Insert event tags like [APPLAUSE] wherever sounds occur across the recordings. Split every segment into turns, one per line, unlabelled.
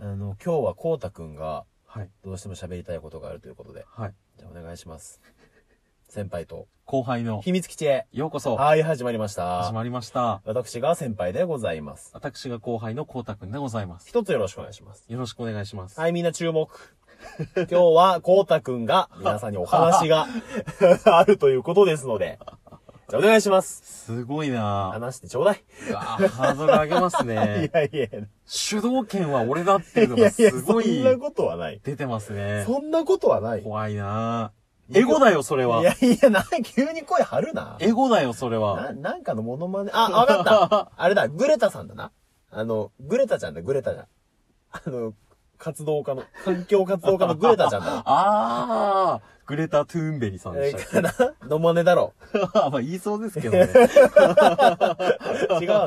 あの、今日はこうたくんが
はい。
どうしても喋りたいことがあるということで、
はい。
じゃあお願いします。 [LAUGHS] 先輩と、
後輩の、
秘密基地へ。
ようこそ、
はい、始まりまし
始
た。
まりました。
私が先輩でございます。
私が後輩のこうたくんでございます。
一つよろしくお願いします。
よろしくお願いします。
はい、みんな注目。 [LAUGHS] 今日は、こうたくんが、皆さんにお話
[LAUGHS]
があるということですので、じゃあお願いします。
すごいな
話してちょうだい。
ぁ。うわぁハードル上げま
[LAUGHS]
す
い
ね。
やいや、い
主導権は俺だっていうの
や
が
いや、
す
そ
ごい
んなことはない。
出てますね。
そんなことはない。い
怖いなぁ。エゴだよ、それは。
やいや、な、急に声張るな。
エゴだよ、それ
な、
は。
なんかのモノマネ。
[LAUGHS]
あ、わかった。あれだ、グレタさんだな。あの、グレタちゃんだ、グレタちゃん。あの、活動家の、環境活動家のグレタちゃんだ
[LAUGHS]
な。
あー、グレタ・トゥーンベリさん
え
でしたっ
ー、かなの真似だろ。
け。 [LAUGHS] まあ、言いそうですけどね。
違う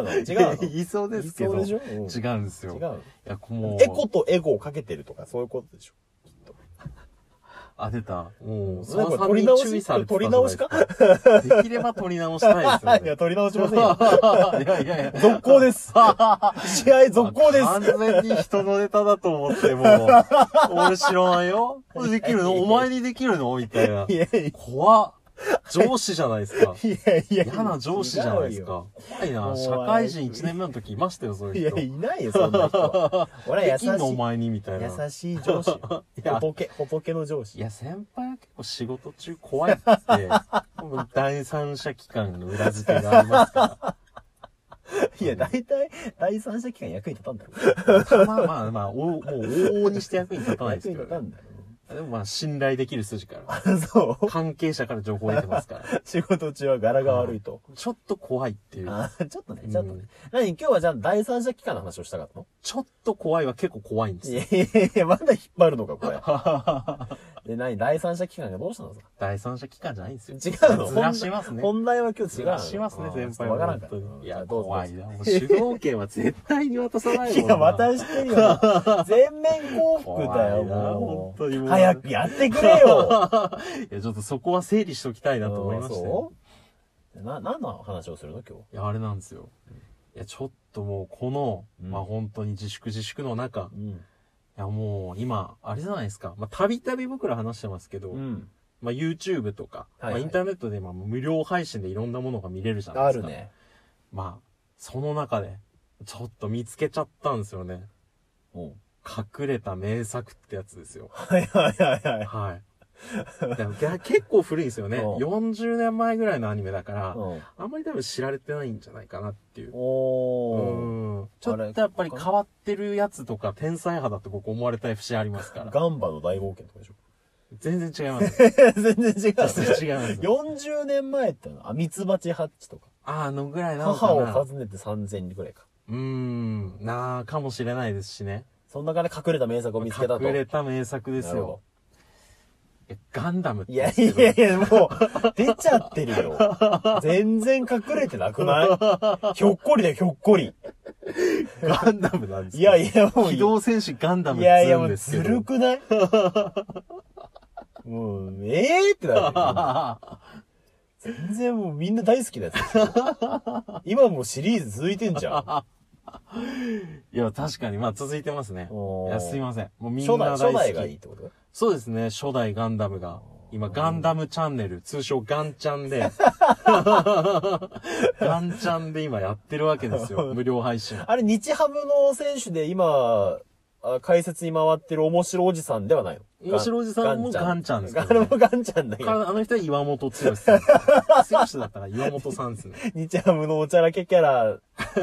の [LAUGHS] 違うの
[LAUGHS] 言いそうですけど。
言いそうでしょうん
違うんですよ。
違うの
いや、もう。
エコとエゴをかけてるとか、そういうことでしょ。
あ、出た。もう、
それ
沢
これ取り
さんに
直
注意
し
されてた
取り直しか
じゃないですか [LAUGHS] できれば取り直したいですよ
いや、
ね。
取り直しませんよ。
いやいやいや。
続行
[LAUGHS]
です。試合 [LAUGHS] 続行です。
完全に人のネタだと思って、も
[LAUGHS]
う。俺知らないよ。できるのお前にできるのみたいな。
いやい
怖っ。上司じゃないです
や、
か。
いやいや。
嫌な上司じゃないですか。怖いな。社会人1年目の時いましたよ、そう
違う
いう
よ。いや、
人。
いないよ、そんな人
[LAUGHS]
は。俺は
で
優し
きんのお前にみたいな。
い、優しい上
[LAUGHS]
司よ。仏、仏の上司。
いや、先輩は結構仕事中怖
[LAUGHS]
いって、もう第三者機関の裏付けがありますか
いや、大体、第三者機関役に立たんだろ。
ら。まあまあまあ、おもう往々にして役に立たないです
役
け
に
[LAUGHS]
立た
どね。
んだろ。
でもまあ、信頼できる筋から。
あ [LAUGHS] そう
関係者から情報得てますから。 [LAUGHS]
仕事中は柄が悪いと。
ちょっと怖いっていう。
あちょっとね、ちょっと
う
ね
ん。
何今日はじゃあ第三者機関の話をしたかったの
ちょっと怖いは結構怖いんです
い
よ。
やいやいや、まだ引っ張るのか、これ。で、何第三者機関がどうしたのさ。
[LAUGHS] 第三者機関じゃないんですよ。
違うの
ずらしますね。
本題は今日違
ず
うの。
らしますね、
あー
先輩
わ
は。
からんか
本当に
ら。
いや、
どうぞ
怖 [LAUGHS] いな。もう主導権は絶対に渡さないもん
い
な。
や、渡してるよ。全面降伏だよ、
怖いな
も
本
う。
当にもう
早くやってくれよ
[LAUGHS] いや、ちょっとそこは整理しときたいなと思いましたよ。
そうな、何の話をするの今日。
いや、あれなんですよ。いや、ちょっともう、この、
うん
まあ本当に自粛自粛の中、
う
い
ん。
や、もう、今、あれじゃないですか。まあ、たびたび僕ら話してますけど、
うん。
まあ YouTube とか、
はいはい
まあインターネットで、まあ無料配信でいろんなものが見れるじゃない
あ
です
る
か。。
ね。
まあ、その中で、ちょっと見つけちゃったんですよね。
うん。
隠れた名作ってやつですよ。
はいはいはいはい。
はい。でもいや結構古いんですよね。
うん
40年前ぐらいのアニメだから、
うん、
あんまり多分知られてないんじゃないかなっていう。
おー。
うんちょっとやっぱり変わってるやつとか天才派だって僕思われたい節ありますから。
ガンバの大冒険とかでしょ
全然違います。
[LAUGHS] 全然違う。
全然違います。
40年前ってのは、あ、ミツバチハッチとか。
ああのぐらいなのかな。
母を訪ねて3000人くらいか。
うーん、なあ、かもしれないですしね。
その中で隠れた名作を見つけたと。
隠れた名作です
なるほ
よ
ど。。
えガンダムって
い
言う
や
んで
い
すけど
やいや、もう、出ちゃってるよ。全然隠れてなくないひょっこりだよ、ひょっこり。
ガンダムなんです
いやいや、もう、
機動戦士ガンダムっ
い
て
やい
言
や、
う
も
ん
う
です
ず
けど。
るくないもう、ええー、ってなるよ。全然もうみんな大好きなやつですよ。今もうシリーズ続いてんじゃん。
[LAUGHS] いや、確かに、まあ続いてますね。
おー
いや、すいません。 [LAUGHS] もうみん
初
な
代、
大好き。
初代がいいってこと
そうですね、初代ガンダムが。今、ガンダムチャンネル、通称ガンチャ
[LAUGHS]
ンで。ガンチャンで今やってるわけです
[LAUGHS]
よ。無料配信。
あれ、日ハムの選手で今、あ解説に回ってる面白おじさんではないの
面白おじさんもガンちゃんですけ
ガンちゃん
どね
あれもガンちゃんだけど。
かあの人は岩本剛さん。剛だったら岩本さん
[LAUGHS]
ですね。
日ハムのおちゃらけキャラ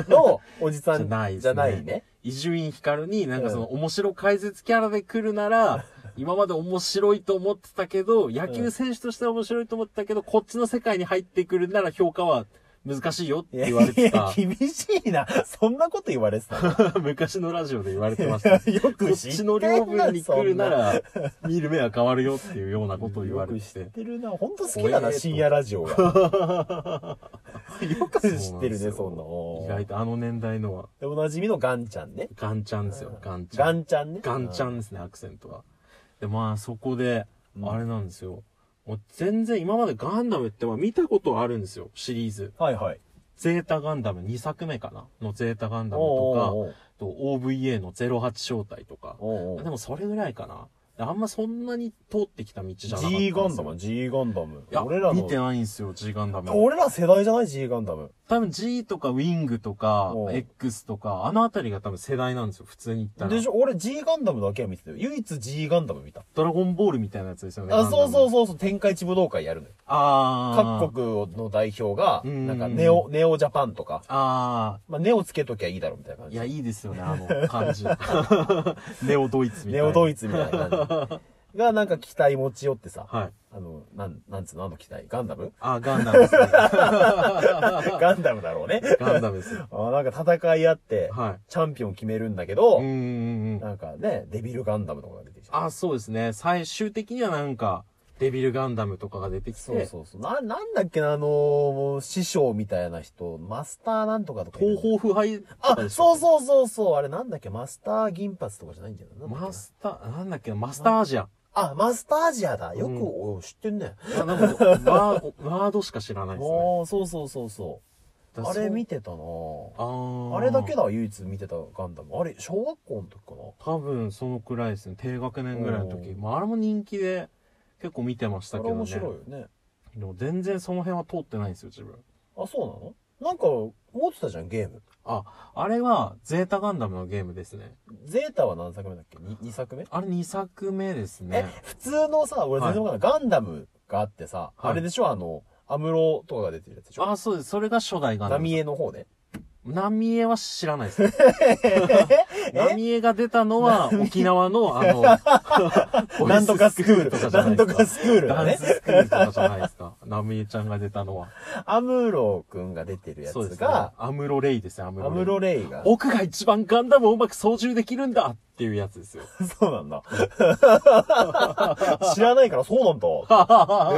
のおじさ
じゃ
ん
ないですね。
じゃないね。。
伊集院光になんかその面白解説キャラで来るなら、今まで面白いと思ってたけど、野球選手としては面白いと思ってたけど、こっちの世界に入ってくるなら評価は難しいよっ
い
て
や
言われ
い
て
や
た、。
厳しいな。そんなこと言われて
[LAUGHS]
たの
昔のラジオで言われてました。こ
よく
っ
知って
ち
ん
の
な
領分に来るな
そん
ら、見る目は変わるよっていうようなことを言われ
よく
て。
知っててるな。ほんと好きだな、
怖えと
深夜ラジオ [LAUGHS] が。よく知
う
っ
なん
て
で
る
す
ね、
よ
そんな
意外
の。
とあの年代のは、
で、おなじみのガンちゃんね。
ガンちゃんですよ、ガンちゃん。
ガンちゃんね。
ガンちゃんですね、アクセントは。で、まあ、そこで、
うん
あれなんですよ。もう全然今までガンダムってまあ見たことあるんですよ、シリーズ。
はいはい。
ゼータガンダム2作目かなのゼータガンダム
おうおう
と
おう
か、と OVA の08招待とか。
おうおう
でもそれぐらいかな。あんまそんなに通ってきた道じゃなかったんです
G
よ。
ガンダム、G ガンダム
い。や、
俺ら
見
の
て、ないんですよ、G ガンダム。
俺ら世代じゃない ?G ガンダム。
多分 G とかウィングとか
おう、
X とか、あのあたりが多分世代なんですよ、普通に言ったら。
でしょ俺 G ガンダムだけは見てたよ。唯一 G ガンダム見た。
ドラゴンボールみたいなやつですよね。
あ、そうそう
う。
そうそう、天下一武道会やるのよ。
あー。
各国の代表が、
うん
なんかネオ、ネオジャパンとか、
あ
まあネオつけときゃいいだろみたいな感
ー。
じ。
いや、いいですよね、あ
[LAUGHS]
の感じ。 [LAUGHS] ネオドイツみた
ネ
いな。
オド
イ
イツみたいな感じ。が、なんか機体持ち寄ってさ、
はい。
あの、なん、なんつうのあの機体ガンダム [LAUGHS]
あー、ガンダムですね。
ガンダムだろうね。
ガンダムですよ。
あなんか戦い合って、
はい。
チャンピオン決めるんだけ
う
ど
ん、うんうん。
なんかね、デビルガンダムとかが出てきて。
あ、そうですね。最終的にはなんか、デビルガンダムとかが出てきて、
そうそうそう。な、なんだっけな、あのーもう師匠みたいな人、マスターなんとかとかいる。
東方腐敗
あ、
う
そうそうそうそう。あれなんだっけ、マスター銀髪とかじゃないんだよな。
マスター、なんだっけな、マスターア
[LAUGHS]
ジア。
あ、マスターアジアだ。よく、お知ってんね。
あなんかワー、ワードしか知らないですね。
ああ、そうそうそうそ
だ
う。
か
あ
らそう
れ見てたな
あー
あれだけだ、唯一見てたガンダム。あれ、小学校の時かな
多分そのくらいですね。低学年ぐらいの時。
うん
まあ、あれも人気で、結構見てました
あ
け
れ
どね。
面白いよね。
でも全然その辺は通ってないんですよ、自分。
あ、そうなのなんか、持ってたじゃん、ゲーム。
あ、あれは、ゼータガンダムのゲームですね。
ゼータは何作目だっけ 2, 作目
あれ2作目です
え
ね。、
普通のさ、俺全然わかんない。ガンダムがあってさ、
はい
あれでしょあの、アムロとかが出てるやつでしょ
あ、そうです。それが初代ガンダ
ナ
ム。
ミエの方で。
ナミエは知ら
[LAUGHS]
ないです。ナミエが出たのは沖縄のあの、ボ
[LAUGHS] な
イ
ん
ス
とかスクール
とかじゃ
な
ない
ん
で
と
す
か
か。
スクール
ダ
だ
ン
ね
ス。スクールとかじゃないですか。ナミエちゃんが出たのは。
アムロくんが出てるやつ
そうですね。
が、
アムロレイですね、アムロ
ア
レイ。
ムロレイが。
僕が一番ガンダムをうまく操縦できるんだっていうやつですよ。
[LAUGHS] そうなんだ。知らないからそう [LAUGHS] なんだ。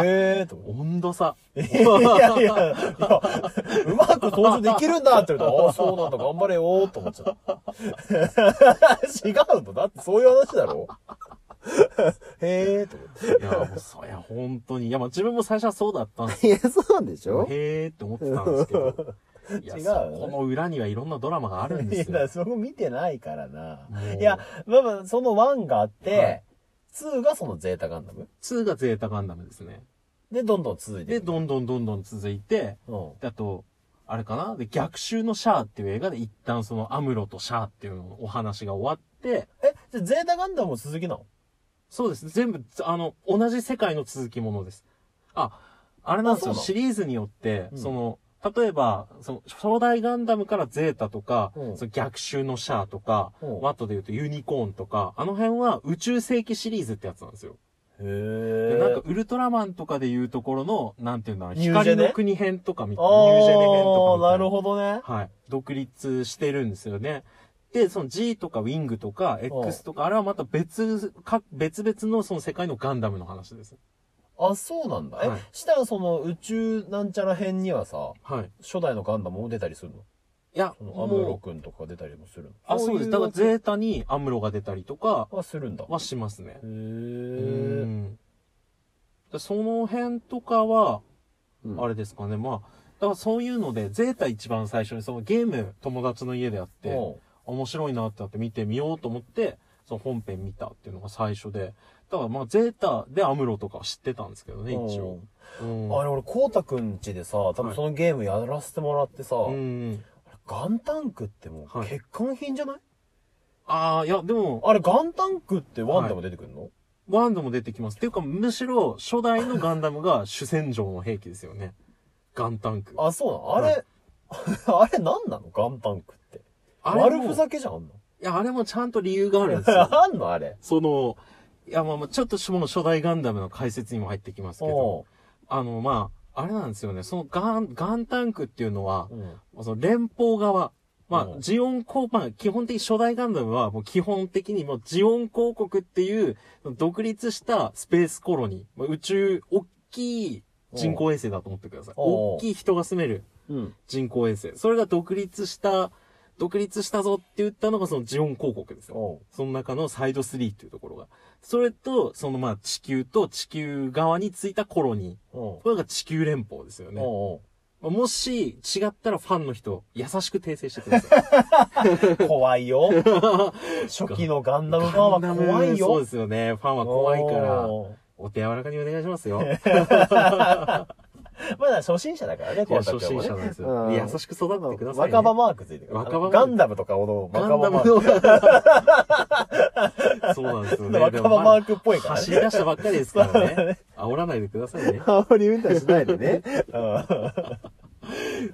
ええーと思って。
温度差。
いやいや、いやうまく登場できるんだって言うと、ああ、そうなんだ、頑張れよーと思っちゃった。違うのだってそういう話だろへえーと思っ
いや、もうそりゃ本当に。いや、まあ自分も最初はそうだったんです
て。いや、そうなんでし
けど、へーって思ってたんです
[LAUGHS]
けど。いや、
違う
そ
よね
この裏にはいろんなドラマがあるん
いや、だ
です
から
よ。
そこ見てないからな
も。う
いや、まあまあ、その1があっ
はい
て、2がそのゼータガンダム
2がゼータガンダムですね。
で、どんどん続いて
で、
いく。
どんどんどんどん続いて、
うん。
あと、あれかなで、逆襲のシャアっていう映画で一旦そのアムロとシャアっていうののお話が終わって、
え、じゃあゼータガンダムも続きなの
そうです。全部、あの、同じ世界の続きものです。あ、あれなんですよ。
あそうなの
シリーズによって、
うん
その、例えば、その、初代ガンダムからゼータとか、
うん
その逆襲のシャアとか、
うん
ワットで言うとユニコーンとか、あの辺は宇宙世紀シリーズってやつなんですよ。
へ
で
え。
なんか、ウルトラマンとかで言うところの、なんていうんだろう、
ニュージェネ
光の国編とかみたいな、ニュージェネ編とかみ
あ
た
あ、
い
なるほどね。
はい。独立してるんですよね。で、その G とか Wing とか X とか、あれはまた別、か、別々のその世界のガンダムの話です。
あ、そうなんだ。え、
はい
したらその宇宙なんちゃら編にはさ、
はい。
初代のガンダムも出たりするの
いや、
そのアムロ
もう、
君とか出たりもするの
あ、そうです。だから
全
ゼータにアムロが出たりとか
はするんだ。へ
はしますね。う
え。
んでその辺とかは、
うん
あれですかね、まあ、だからそういうので、ゼータ一番最初にそのゲーム友達の家でやって、
うん
面白いなってなって見てみようと思って、その本編見たっていうのが最初で。だからまあ、ゼータでアムロとかは知ってたんですけどね、一応。うん。
あれ俺、こうたくんちでさ、多分そのゲームやらせてもらってさ、
うん。
ガンタンクってもう
はい
欠陥品じゃない、
ああ、いや、でも、
あれ、ガンタンクってワンでも出てくるの、
ワンダも出てきます。っていうか、むしろ、初代のガンダムが主戦場の兵器ですよね。ガンタンク。
あ、そうなのあれ、 [LAUGHS] あれなんなのガンタンクって。
あれ
悪
も
ふざけじゃん、あんの。
いや、あれもちゃんと理由があるんで
[LAUGHS]
すよ。
あんのあれ。
その、いや、まあまあ、ちょっとその初代ガンダムの解説にも入ってきますけど、あの、まあ、あれなんですよね。そのガン、ガンタンクっていうのは
う、ん。
その連邦側。ま
う
あ、
ん
ジオン公、まあ、基本的に初代ガンダムは、もう基本的にもうジオン公国っていう、独立したスペースコロニー。まあ宇宙、大きい人工衛星だと思ってください。
おう
大きい人が住める
うん。
人工衛星。それが独立した、独立したぞって言ったのがそのジオン公国ですよ。
おう
その中のサイド3っていうところが。それと、そのまあ地球と地球側についたコロニー。
おう
これが地球連邦ですよね。
おう
まあもし、違ったらファンの人、優しく訂正してく
[LAUGHS]
ださい。
怖い
[LAUGHS]
よ。初期のガンダムファンは怖いよ。
そうですよね。ファンは怖いから、
お
お手柔らかにお願いしま
[LAUGHS]
すよ。
ーまだ初心者だからね、
いや
光太
初
君
心
はね
者なんですよ。
うん
いや優しく育ってください、ね。
若葉マークついてる。
若葉マーク
ガンダムとかの
ガ
若葉
ンダ
マ
ム
ーク。
の。 [LAUGHS] そうなんですよ
[LAUGHS]
ね。
若葉マークっぽいからね
走り出したばっかりですか
[LAUGHS]
らね。煽らないでくださいね。
あんまり運転しないでね。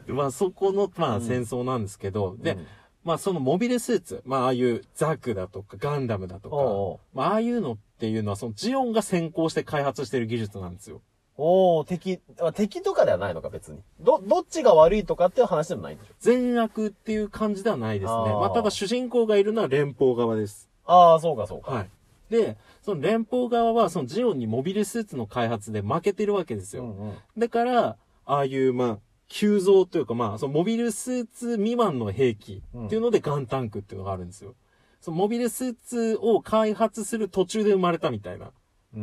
まあそこの、まあ戦争なんですけど、で、まあそのモビルスーツ、まあああいうザクだとかガンダムだとか、
おうおう
まあああいうのっていうのはそのジオンが先行して開発してる技術なんですよ。
おお敵、あ敵とかではないのか、別に。ど、どっちが悪いとかっていう話でもないんでしょ
善悪っていう感じではないですね。
あー
まあただ主人公がいるのは連邦側です。
ああ、そうか、そうか。
はい。で、その連邦側はそのジオンにモビルスーツの開発で負けてるわけですよ。
うんうん。
だから、ああいう、まあ、急増というか、まあ、そのモビルスーツ未満の兵器っていうのでガンタンクっていうのがあるんですよ。そのモビルスーツを開発する途中で生まれたみたいな。
うー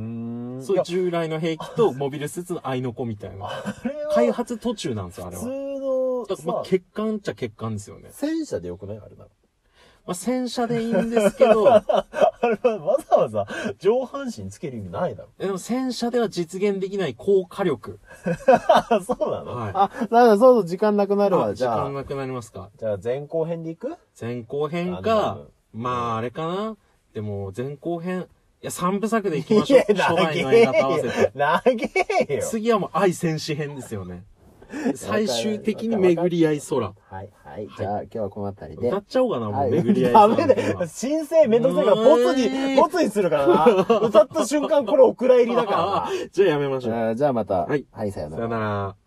ん。
そ
い
ういう
や
従来の兵器とモビルスーツの合いの子みたいな。
あれは、
開発途中なんですよ、あ
普
れ
通
は。だからま
の
あ、、欠陥っちゃ欠陥ですよね。
戦車でよくないあれな
まあ、戦車でいいんですけど、
さあれはわざわざ上半身つける意味ないだろ。 [LAUGHS]
でも戦車では実現できない高火力。
あそうなの
はい。
あ、なんだ、そうそう、時間なくなるわ、
あ
じ
時
ゃ
間
あ。
なくなりますか。
じゃあ、前後編でいく
前後編
ガンダ
か
ム、
まああれかなでも前後編、いや三部作でいきましょう。初
長
代
え
の映画と合わせて。
よ。長えよ。
次はもう愛戦士編ですよね。最終的に巡り合い空。
はい、はい。じゃあ、今日はこの辺りで
歌。っちゃおうかな、も
は
う
い
巡り合い
ダ
空の
メ
テ
だ
ー [LAUGHS] マ。
よ。申請めんどくさいから、ボツに、ボツにするから
[LAUGHS]
な。歌った瞬間、これお蔵入りだからな
あ。じゃあやめましょう。
あーじゃあまた。
はい
はい、さようなら
さよ。なら。